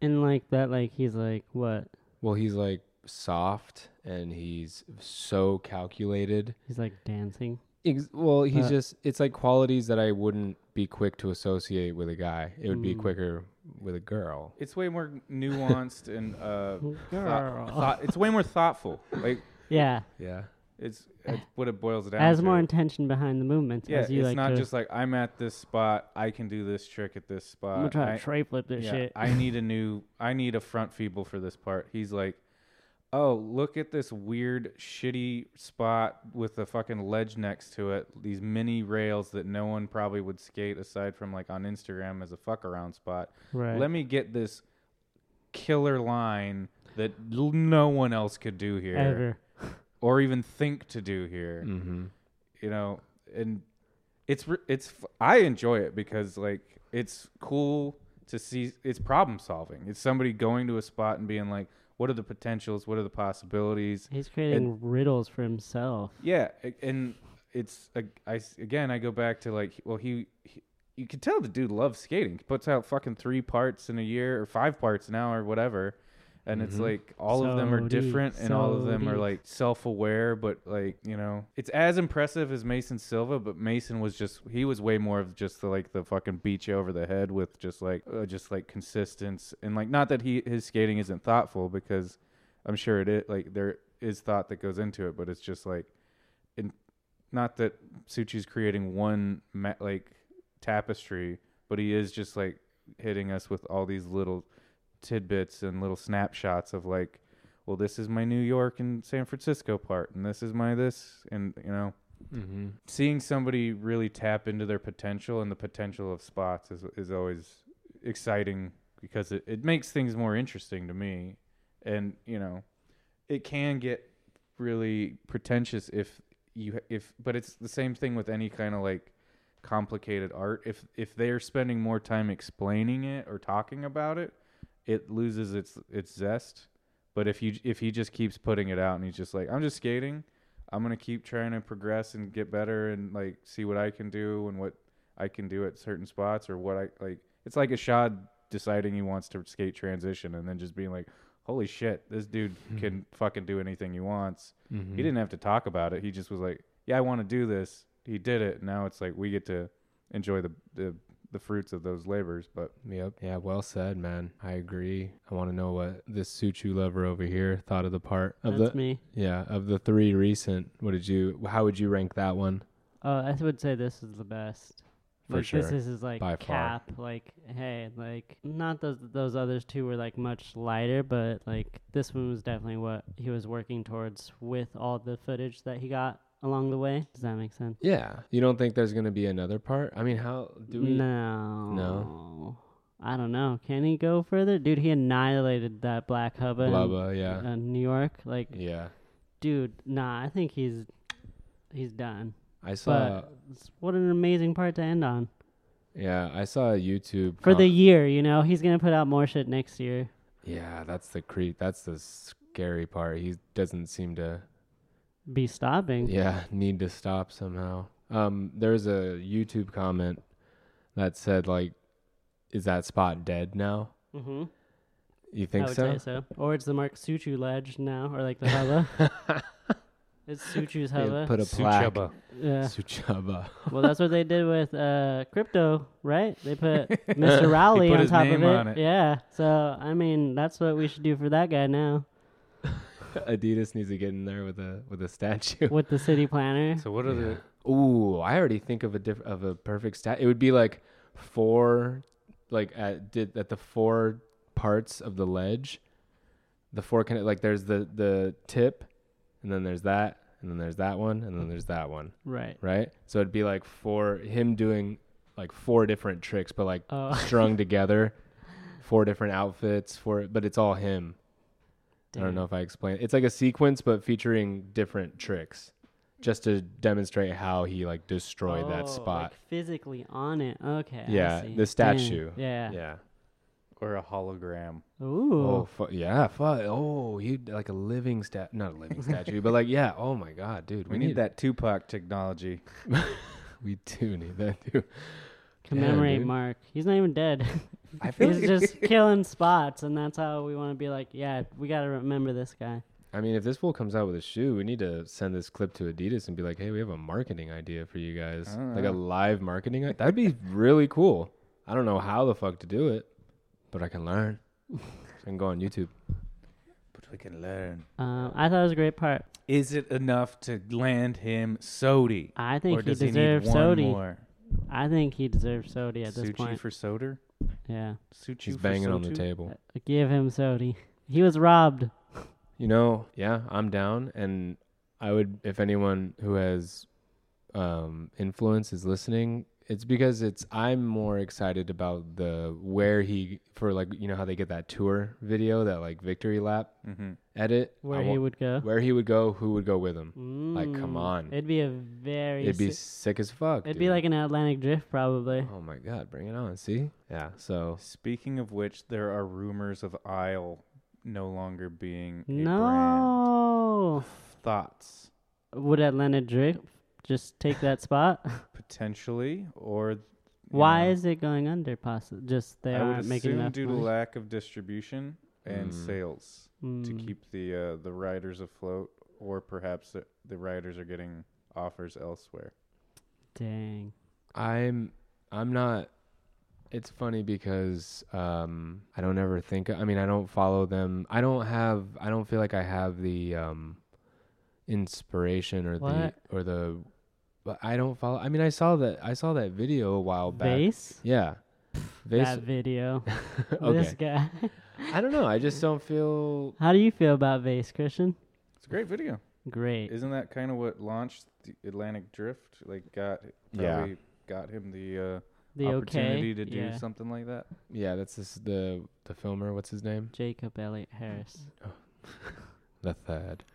C: And like that, like he's like what?
B: well he's like soft and he's so calculated.
C: He's like dancing.
B: Ex- well, he's
C: Uh,
B: just it's like qualities that I wouldn't be quick to associate with a guy. It would be
C: Mm.
B: quicker with a girl.
A: it's way more nuanced and uh
C: Girl.
A: thought, thought- it's way more thoughtful like
C: Yeah,
B: Yeah.
A: it's, it's what it boils down
C: has
A: to.
C: more intention behind the movements.
A: yeah
C: as you
A: it's
C: like
A: not
C: to,
A: just like i'm at this spot i can do this trick at this spot
C: I'm gonna try
A: uh, I-
C: to tray flip this
A: yeah,
C: shit.
A: I need a new. I need a front feeble for this part. He's like, oh, look at this weird, shitty spot with a fucking ledge next to it. These mini rails that no one probably would skate aside from like on Instagram as a fuck around spot.
C: right.
A: Let me get this killer line that l- no one else could do here
C: Ever.
A: or even think to do here
B: Mm-hmm.
A: you know and it's re- it's f- i enjoy it because like it's cool to see it's problem solving it's somebody going to a spot and being like what are the potentials what are the possibilities
C: He's creating riddles for himself.
A: yeah a- and it's a- I s- again i go back to like well he, he you can tell the dude loves skating he puts out fucking three parts in a year or five parts now or whatever and it's like all of them are
C: So deep,
A: different and all of
C: so
A: them are
C: deep.
A: like self-aware but like you know it's as impressive as mason silva but mason was just he was way more of just the like the fucking beat you over the head with just like uh, just like consistence and like not that he his skating isn't thoughtful because i'm sure it is like there is thought that goes into it but it's just like and not that suchi's creating one ma- like tapestry but he is just like hitting us with all these little tidbits and little snapshots of like well this is my new york and san francisco part and this is my this and you know
B: Mm-hmm.
A: seeing somebody really tap into their potential and the potential of spots is, is always exciting because it, it makes things more interesting to me and you know it can get really pretentious if you if but it's the same thing with any kind of like complicated art if if they're spending more time explaining it or talking about it it loses its its zest but if you if he just keeps putting it out and he's just like i'm just skating i'm going to keep trying to progress and get better and like see what i can do and what i can do at certain spots or what i like it's like a shad deciding he wants to skate transition and then just being like holy shit this dude can fucking do anything he wants he
B: Mm-hmm.
A: didn't have to talk about it. He just was like, "Yeah, I want to do this." He did it. Now it's like we get to enjoy the the, the fruits of those labors. But
B: Yep. Yeah. Well said, man. I agree. I want to know what this Suchu lover over here thought of the part of
C: That's
B: the
C: me.
B: yeah of the three recent. What did you? How would you rank that one?
C: Uh, I would say this is the best.
B: For
C: Like,
B: sure.
C: This is his like
B: By far.
C: cap. Like, hey, like not those those others two were like much lighter, but like this one was definitely what he was working towards with all the footage that he got along the way. Does that make sense?
B: Yeah. You don't think there's gonna be another part? I mean, how do we?
C: No. No. I don't know. Can he go further? Dude, he annihilated that black hubba in
B: Blubba. Yeah.
C: uh, New York. Like,
B: Yeah.
C: dude, nah, I think he's he's done.
B: I saw.
C: It's- what an amazing part to end on.
B: Yeah. I saw a YouTube
C: for the
B: com-
C: year. You know, he's gonna put out more shit next year.
B: Yeah. That's the creep. That's the scary part. He doesn't seem to
C: Be stopping.
B: Yeah, need to stop somehow. Um, there's a YouTube comment that said like, "Is that spot dead now?"
C: Mm-hmm.
B: You
C: I
B: think
C: would
B: so?
C: say so. Or it's the Mark Suchu ledge now, or like the hella. It's Suchu's
B: They
C: hella.
B: put a plaque.
A: Suchaba.
C: yeah.
B: Suchaba.
C: Well, that's what they did with uh, crypto, right? They put Mr. Rowley
A: put
C: on
A: his
C: top of
A: name
C: it.
A: on it.
C: Yeah. So I mean, that's what we should do for that guy now
B: Adidas needs to get in there with a with a statue.
C: with the city planner.
A: So what are the
B: Ooh, I already think of a diff- of a perfect stat. It would be like four, like at did at the four parts of the ledge, the four kind of like there's the the tip, and then there's that, and then there's that one, and then there's that one,
C: Right.
B: right? So it'd be like four him doing like four different tricks, but like
C: Oh.
B: strung together, four different outfits, four, but it's all him. I
C: Dang.
B: don't know if I explained. It's like a sequence, but featuring different tricks, just to demonstrate how he like destroyed
C: Oh,
B: that spot.
C: Like physically on it. Okay. I
B: Yeah,
C: see.
B: the
C: Dang.
B: statue.
C: Yeah.
B: yeah.
A: or a hologram?
C: Ooh.
B: Oh, fu- yeah. Fu- oh, he like a living stat, not a living statue, but like yeah. Oh my god, dude,
A: We, need, that Tupac technology.
B: We do need that too.
C: Commemorate
B: dude.
C: Mark. He's not even dead.
A: I feel
C: He's just killing spots, and that's how we want to be like, yeah, we got to remember this guy.
B: I mean, if this fool comes out with a shoe, we need to send this clip to Adidas and be like, "Hey, we have a marketing idea for you guys,
A: Oh,
B: like
A: yeah.
B: a live marketing. i- That'd be really cool. I don't know how the fuck to do it, but I can learn. I can go on YouTube.
A: but we can learn.
C: Um, I thought it was a great part.
A: Is it enough to land him Sodi?
C: I
A: Or
C: think he
A: does he need
C: deserves
A: one
C: Sodi.
A: more?
C: I think he deserves Sodi at this
A: Suchi
C: point.
A: for Soder?
C: yeah,
A: Suchi
B: She's
A: for
B: banging on the
A: Sotu?
C: Uh,
B: table.
C: give him Sodi. He was robbed.
B: You know, yeah, I'm down, and I would if anyone who has um, influence is listening. It's because it's I'm more excited about the where he for like you know how they get that tour video that like victory lap
A: Mhm.
B: edit
C: Where
B: I
C: he
B: wa-
C: would go?
B: where he would go, who would go with him. like, come
C: Mm,
B: on.
C: It'd be a very.
B: It'd be
C: si-
B: sick as fuck.
C: it'd be
B: dude.
C: like an Atlantic drift, probably.
B: oh my god, bring it on. See, yeah. So
A: Speaking of which, there are rumors of Isle no longer being a brand.
C: no.
A: Thoughts
C: Would Atlanta drift just take that spot?
A: potentially, or you
C: Why
A: know,
C: is it going under? Possible, just they
A: I would
C: aren't making
A: assume
C: enough
A: due to
C: money.
A: lack of distribution and
B: Mm.
A: sales to
C: Mm.
A: keep the uh, the riders afloat, or perhaps the, the riders are getting offers elsewhere.
C: Dang.
B: I'm, I'm not. It's funny because um, I don't ever think. I mean, I don't follow them. I don't have. I don't feel like I have the um, inspiration or
C: What?
B: the or the. But I don't follow. I mean, I saw that. I saw that video a while back.
C: Vase?
B: Yeah.
C: That
B: Vase.
C: video. This
B: okay.
C: guy.
B: I don't know. I just don't feel.
C: How do you feel about Vase, Christian?
A: It's a great video.
C: Great.
A: Isn't that kind of what launched the Atlantic Drift? Like got
B: Yeah.
A: probably got him the, uh,
C: the
A: opportunity
C: okay.
A: to do
C: yeah.
A: something like that.
B: Yeah, that's this, the the filmer. What's his name?
C: Jacob Elliott Harris.
B: The third.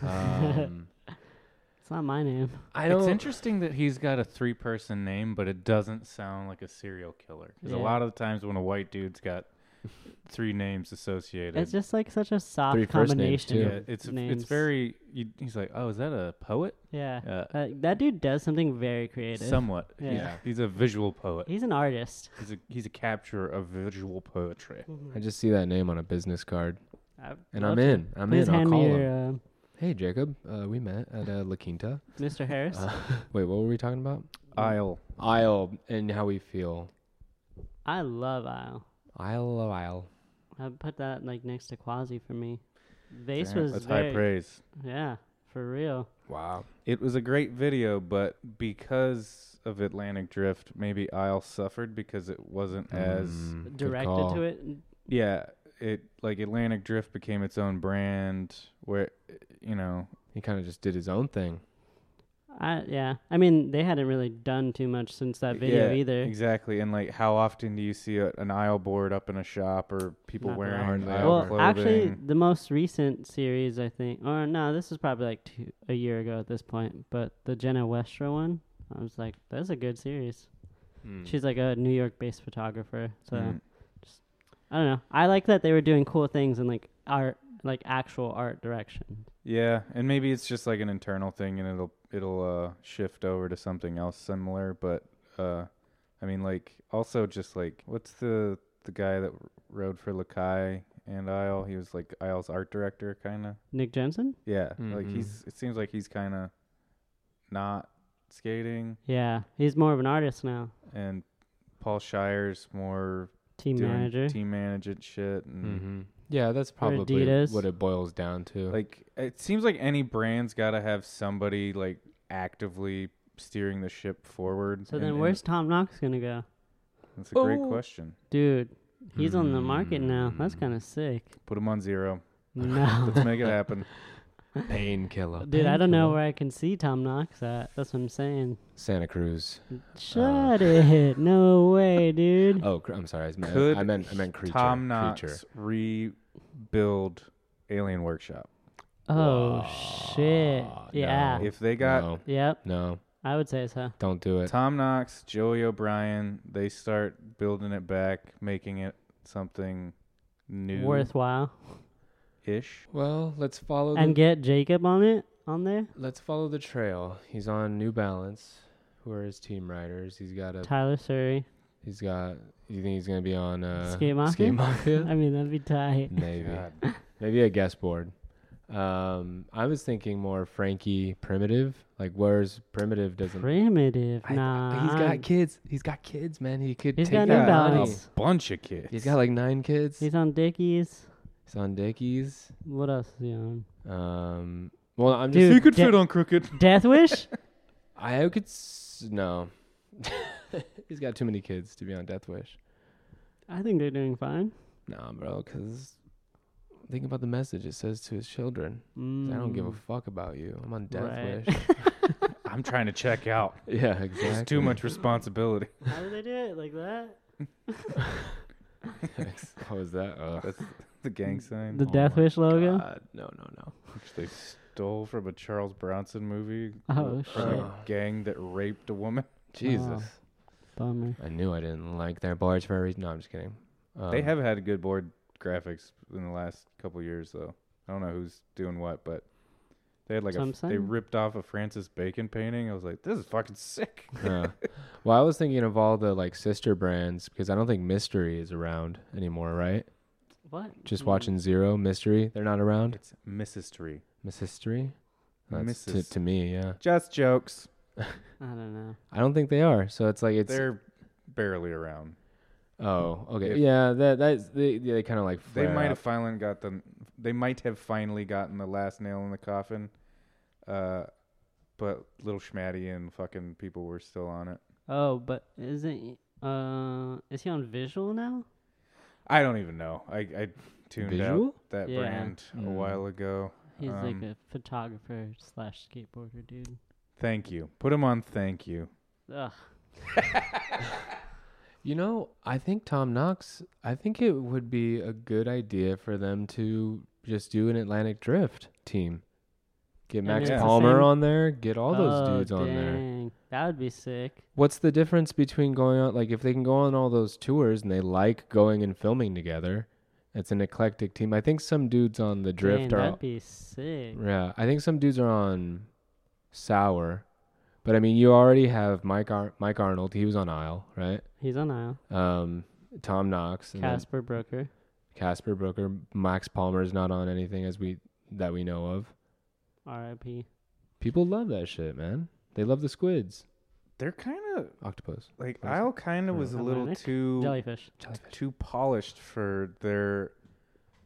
B: Um,
C: It's not my name.
B: I
A: It's
B: don't.
A: interesting that he's got a three person name, but it doesn't sound like a serial killer. Because a
C: Yeah.
A: lot of the times when a white dude's got three names associated,
C: It's just like such a soft
B: Three first names,
C: combination.
B: too.
A: yeah,
C: of
A: it's
C: names.
A: it's very. You, he's like, oh, is that a poet?
C: yeah.
A: Uh,
C: Uh, that dude does something very creative.
A: somewhat.
C: Yeah.
A: He's,
B: Yeah.
A: he's a visual poet.
C: He's an artist.
A: He's a he's a capturer of visual poetry.
B: I just see that name on a business card,
C: I'd
B: and
C: Uh, love
B: I'm
C: to-
B: in. I'm
C: Please
B: in. I'll
C: hand
B: call
C: me
B: him.
C: your uh,
B: Hey, Jacob. Uh, we met at uh, La Quinta.
C: Mr. Harris.
B: Uh, wait, what were we talking about?
A: Isle.
B: Isle and how we feel.
C: I love Isle.
B: Isle of Isle.
C: I would put that like next to Quasi for me. Vase
A: Damn,
C: was
A: that's
C: very,
A: high praise.
C: yeah, for real.
B: Wow.
A: It was a great video, but because of Atlantic Drift, maybe Isle suffered because it wasn't as
C: Mm.
B: Mm.
C: Directed to it. n-
A: yeah it like atlantic drift became its own brand where you know
B: He kind of just did his own thing.
C: I yeah. I mean, they hadn't really done too much since that video
A: yeah,
C: either.
A: exactly and like how often do you see a, an aisle board up in a shop or people
C: Not
A: wearing
B: really.
A: aisle
C: Well,
A: clothing
C: actually, the most recent series, I think, or no, this is probably like two, a year ago at this point, but the Jenna Westra one, I was like, that's a good series. Mm.
B: Mm.
C: She's like a New York based photographer. So
A: Mm.
C: I don't know. I like that they were doing cool things in like art, like actual art direction.
A: yeah and maybe it's just like an internal thing and it'll it'll uh shift over to something else similar but uh i mean like also just like what's the the guy that rode for lakai and Isle. He was like Isle's art director, kind of.
C: Nick Jensen?
A: Yeah, like
C: Mm-hmm.
B: Mhm.
A: he's. It seems like he's kind of not skating,
C: Yeah, he's more of an artist now.
A: and Paul Shire's more
C: Team
A: doing
C: manager.
A: team management shit, and
B: Mm-hmm. Yeah, that's probably
C: Adidas.
B: what it boils down to.
A: like it seems like any brand's got to have somebody like actively steering the ship forward.
C: So
A: and-
C: then,
A: and
C: where's Tom Knox gonna go,
A: That's a great
B: Oh.
A: question.
C: dude? He's on the market now. That's
B: Mm.
C: kind of sick.
A: Put him on zero.
C: No,
A: Let's make it happen.
B: painkiller.
C: dude, I don't know
B: painkiller.
C: where I can see Tom Knox at. That's what I'm saying.
B: Santa Cruz.
C: Shut it! No way, dude.
B: Oh, cr- I'm sorry. I meant,
A: Could
B: I meant, I meant creature.
A: Tom Knox
B: Creature.
A: rebuild Alien Workshop.
C: Oh shit!
B: Wow,
C: Yeah.
B: no.
A: If they got
B: no,
C: Yep.
B: no,
C: I would say so.
B: don't do it.
A: Tom Knox, Joey O'Brien, they start building it back, making it something new
C: Worthwhile.
A: ish.
B: Well, let's follow.
C: And
B: the,
C: get Jacob on it on there.
B: let's follow the trail. He's on New Balance. Who are his team riders? He's got a.
C: Tyler Surrey.
B: He's got. You think he's gonna be on uh,
C: Skate Mafia?
B: Skate Mafia?
C: I mean, that'd be tight.
B: Maybe.
A: God.
B: Maybe a guess board. Um, I was thinking more Frankie Primitive. Like, where's Primitive? Doesn't
C: Primitive.
B: I-
C: nah.
B: he's
C: I'm-
B: got kids. He's got kids, man. He could
C: He's
B: take
C: got
A: New
B: that money.
C: Balance.
A: A bunch of kids.
B: He's got like nine kids. He's,
C: He's on Dickies.
B: on Dickies.
C: What else is he on?
B: Um, well, I'm
A: he
B: just.
C: Dude.
A: could
C: Dick-
A: fit on crooked.
C: Death Wish?
B: I could. S- no. he's got too many kids to be on Death Wish.
C: I think they're doing fine.
B: Nah, bro, because. Think about the message it says to his children. I don't give a
C: Mm.
B: fuck about you. I'm on Death
C: Right.
B: Wish.
A: I'm trying to check out.
B: yeah, exactly.
A: It's too much responsibility.
C: How do they do it? Like that?
B: what was that? Uh,
A: That's the gang sign.
C: The
B: Oh
C: Death
B: my
C: Wish logo?
B: God, no, no, no.
A: which they stole from a Charles Bronson movie.
C: Oh,
A: from a
B: shit.
A: gang that raped a woman.
B: Jesus.
C: Bummer.
B: I knew I didn't like their boards for a reason. No, I'm just kidding.
A: they
B: Um,
A: have had good board graphics in the last couple years, though. I don't know who's doing what, but they had like a,
C: That's
A: f-
C: what I'm
A: they
C: saying.
A: ripped off a Francis Bacon painting. I was like, this is fucking sick.
B: yeah. Well, I was thinking of all the like sister brands because I don't think Mystery is around anymore, right?
C: What?
B: Just
C: Mm.
B: watching Zero Mystery, they're not around.
A: It's mystery.
B: Miss History, that's to,
A: Mrs..
B: to me, yeah.
A: Just jokes.
C: I don't know.
B: I don't think they are. So it's like it's
A: They're barely around.
B: oh okay
A: If-
B: yeah that that's they they kind of like
A: They
B: flare
A: might
B: up.
A: have finally got them. They might have finally gotten the last nail in the coffin. Uh, but little Schmatty and fucking people were still on it.
C: Oh, but isn't. Uh, is he on visual now?
A: I don't even know. I, I tuned out
B: visual.
A: that
C: Yeah.
A: brand a
B: Mm.
A: while ago.
C: He's like
A: Um,
C: a photographer slash skateboarder dude.
A: Thank you. Put him on. Thank you.
C: Ugh.
B: You know, I think Tom Knox. I think it would be a good idea for them to just do an Atlantic Drift team. Get
C: And
B: Max
A: it's the
B: Palmer
C: same-
B: on there. Get all those
C: Oh,
B: dudes on there.
C: dang. That would be sick.
B: What's the difference between going on like if they can go on all those tours and they like going and filming together? It's an eclectic team. I think some dudes on the drift
C: Dang,
B: are
C: that'd be sick.
B: yeah. I think some dudes are on sour, but I mean you already have Mike Ar- Mike Arnold. He was on Isle, right?
C: He's on Isle.
B: Um, Tom Knox, and then
C: Casper Brooker.
B: Casper Brooker, Max Palmer is not on anything as we that we know of.
C: R.I.P.
B: People love that shit, man. They love the squids,
A: They're kind of
B: octopus,
A: like
B: What is
A: Isle. Kind of was a little
C: Atlantic?
A: too
C: Jellyfish.
B: jellyfish.
A: too polished for their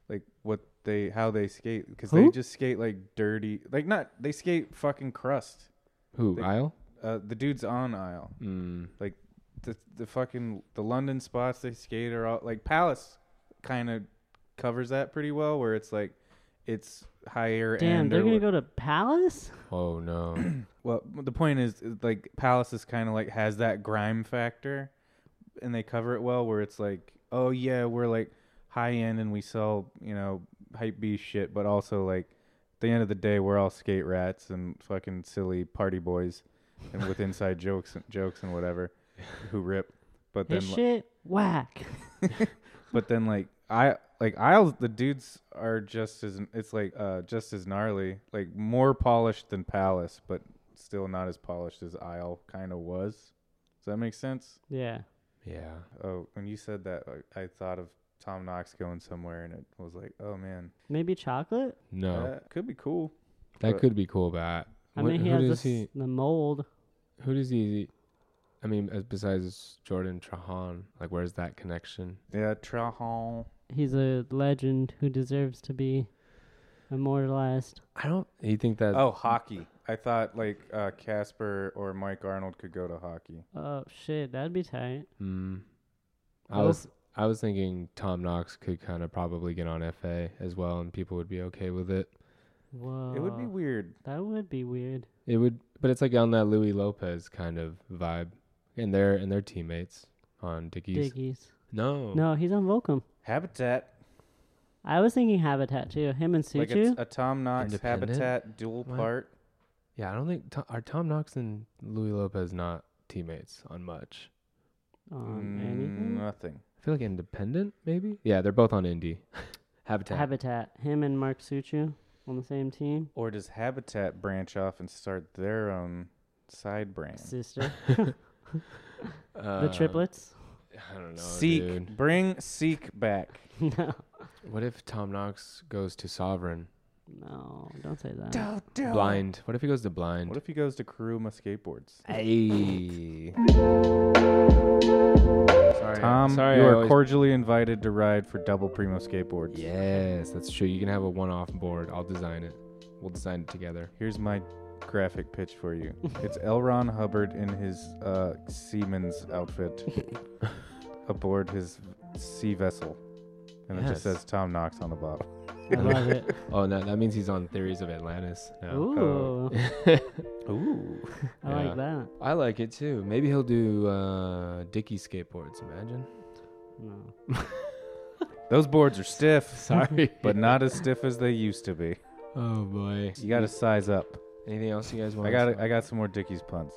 A: like what they how they skate because
C: Who?
A: they just skate like dirty like not they skate fucking crust.
B: Who
A: They-
B: Isle?
A: Uh, the dudes on Isle.
B: Mm.
A: The the fucking the London spots they skate are all like Palace kind of covers that pretty well where it's like it's higher
C: Damn,
A: end
C: they're
A: or
C: gonna go to Palace?
B: Oh no.
A: Well, the point is, is, like Palace is kind of like has that grime factor, and they cover it well. Where it's like, oh yeah, we're like high end and we sell you know hype beast shit, but also like at the end of the day, we're all skate rats and fucking silly party boys, and with inside jokes and jokes and whatever, who rip. But then,
C: This
A: li-
C: shit whack.
A: but then like I like Isles, the dudes are just as it's like uh just as gnarly, like more polished than Palace, but still not as polished as Isle kind of was. Does that make sense?
C: Yeah.
B: yeah.
A: Oh, when you said that, I, I thought of Tom Knox going somewhere, and it was like, oh man,
C: Maybe chocolate.
B: No,
A: that could be cool.
B: that
A: but-
B: could be cool, but
C: I
B: what-
C: mean, he
B: who
C: has
B: does
C: this,
B: he?
C: the mold.
B: Who does he? I mean, as besides Jordan Trahan, like where's that connection?
A: Yeah, Trahan.
C: He's a legend who deserves to be immortalized.
B: I don't. You think that?
A: Oh, hockey. I thought like uh, Casper or Mike Arnold could go to hockey.
C: Oh shit, that'd be tight.
B: Mm. I
C: Well-
B: was I was thinking Tom Knox could kind of probably get on FA as well, and people would be okay with it.
C: Whoa,
A: It would be weird.
C: that would be weird.
B: It would, but it's like on that Louis Lopez kind of vibe, and their and their teammates on Dickies.
C: Diggies.
B: No,
C: No, he's on Volcom.
A: Habitat,
C: I was thinking Habitat too. Him and
A: like
C: Suchu.
A: it's a Tom Knox
B: Independent?
A: Habitat dual
B: What?
A: part.
B: yeah, I don't think to, are Tom Knox and Louis Lopez not teammates on much.
C: on
A: Mm,
C: anything.
A: Nothing.
B: I feel like independent, maybe. Yeah, they're both on indie. Habitat.
C: Habitat. Him and Mark Suchu on the same team.
A: Or does Habitat branch off and start their own side brand?
C: Sister.
B: Uh,
C: the triplets.
B: I don't know,
A: Seek,
B: dude.
A: bring Seek back.
C: no,
B: What if Tom Knox goes to Sovereign?
C: no, don't say that.
B: Blind. What if he goes to Blind?
A: What if he goes to Karuma Skateboards?
B: Hey. sorry,
A: Tom,
B: sorry,
A: you
B: I
A: are
B: always-
A: cordially invited to ride for Double Primo Skateboards.
B: Yes, that's true. You can have a one-off board. I'll design it. We'll design it together.
A: Here's my graphic pitch for you. it's L. Ron Hubbard in his uh, Siemens outfit aboard his sea vessel. And it just
B: Yes.
A: says Tom Knox on the bottom.
C: I love it.
B: Oh, no, that means he's on Theories of Atlantis. now.
C: Ooh,
A: Ooh.
C: I
B: Yeah.
C: like that.
B: I like it too. Maybe he'll do uh, Dicky skateboards. Imagine.
C: No.
A: Those boards are stiff,
B: Sorry,
A: but not as stiff as they used to be.
B: Oh boy.
A: You got to size up.
B: Anything else you guys want?
A: I got I got some more Dickies puns.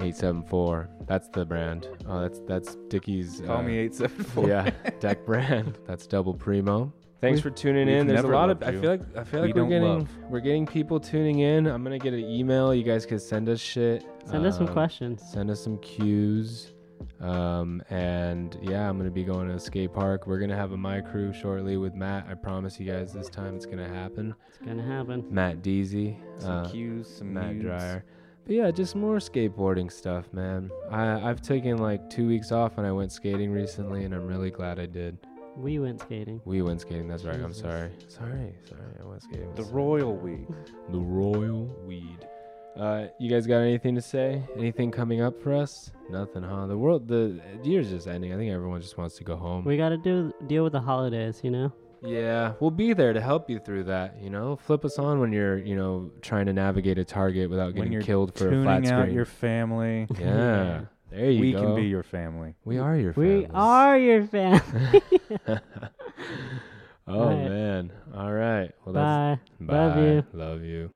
B: Eight seven four. That's the brand. Oh, that's that's Dicky's.
A: Call
B: uh,
A: me 874.
B: Yeah, deck brand. That's double primo. Thanks
A: We've-
B: for tuning
A: we've
B: in. There's a
A: never
B: lot of.
A: loved
B: I
A: you.
B: feel like I feel
A: We
B: like we are
A: don't
B: getting
A: love.
B: we're getting people tuning in. I'm gonna get an email. You guys can send us shit.
C: Send us some
B: Um,
C: questions.
B: Send us some cues. Um, and yeah, I'm gonna be going to a skate park. We're gonna have a my crew shortly with Matt. I promise you guys this time it's gonna happen.
C: It's gonna happen.
B: Matt Deasy.
A: Some
B: uh,
A: cues, some
B: Matt
A: nudes.
B: Dryer. But yeah, just more skateboarding stuff, man. I, I've taken like two weeks off and I went skating recently, and I'm really glad I did.
C: We went skating.
B: We went skating, that's right. I'm
C: Jesus.
B: sorry. Sorry, sorry. I went skating.
A: The
B: Sorry.
A: royal we.
B: The Royal Weed. Uh, you guys got anything to say? Anything coming up for us? Nothing, huh? The world, the year's just ending. I think everyone just wants to go home.
C: We gotta do deal with the holidays, you know.
B: Yeah, we'll be there to help you through that. You know, flip us on when you're, you know, trying to navigate a target without
A: when
B: getting
A: you're
B: killed for a
A: tuning
B: flat
A: out
B: screen.
A: your family.
B: Yeah. There you
A: we
B: go.
A: can be your family.
B: We are your
C: We
B: families.
C: are your fam.
B: oh
C: Right.
B: man. All right. Well
C: Bye.
B: that's
C: Love you.
B: Love you.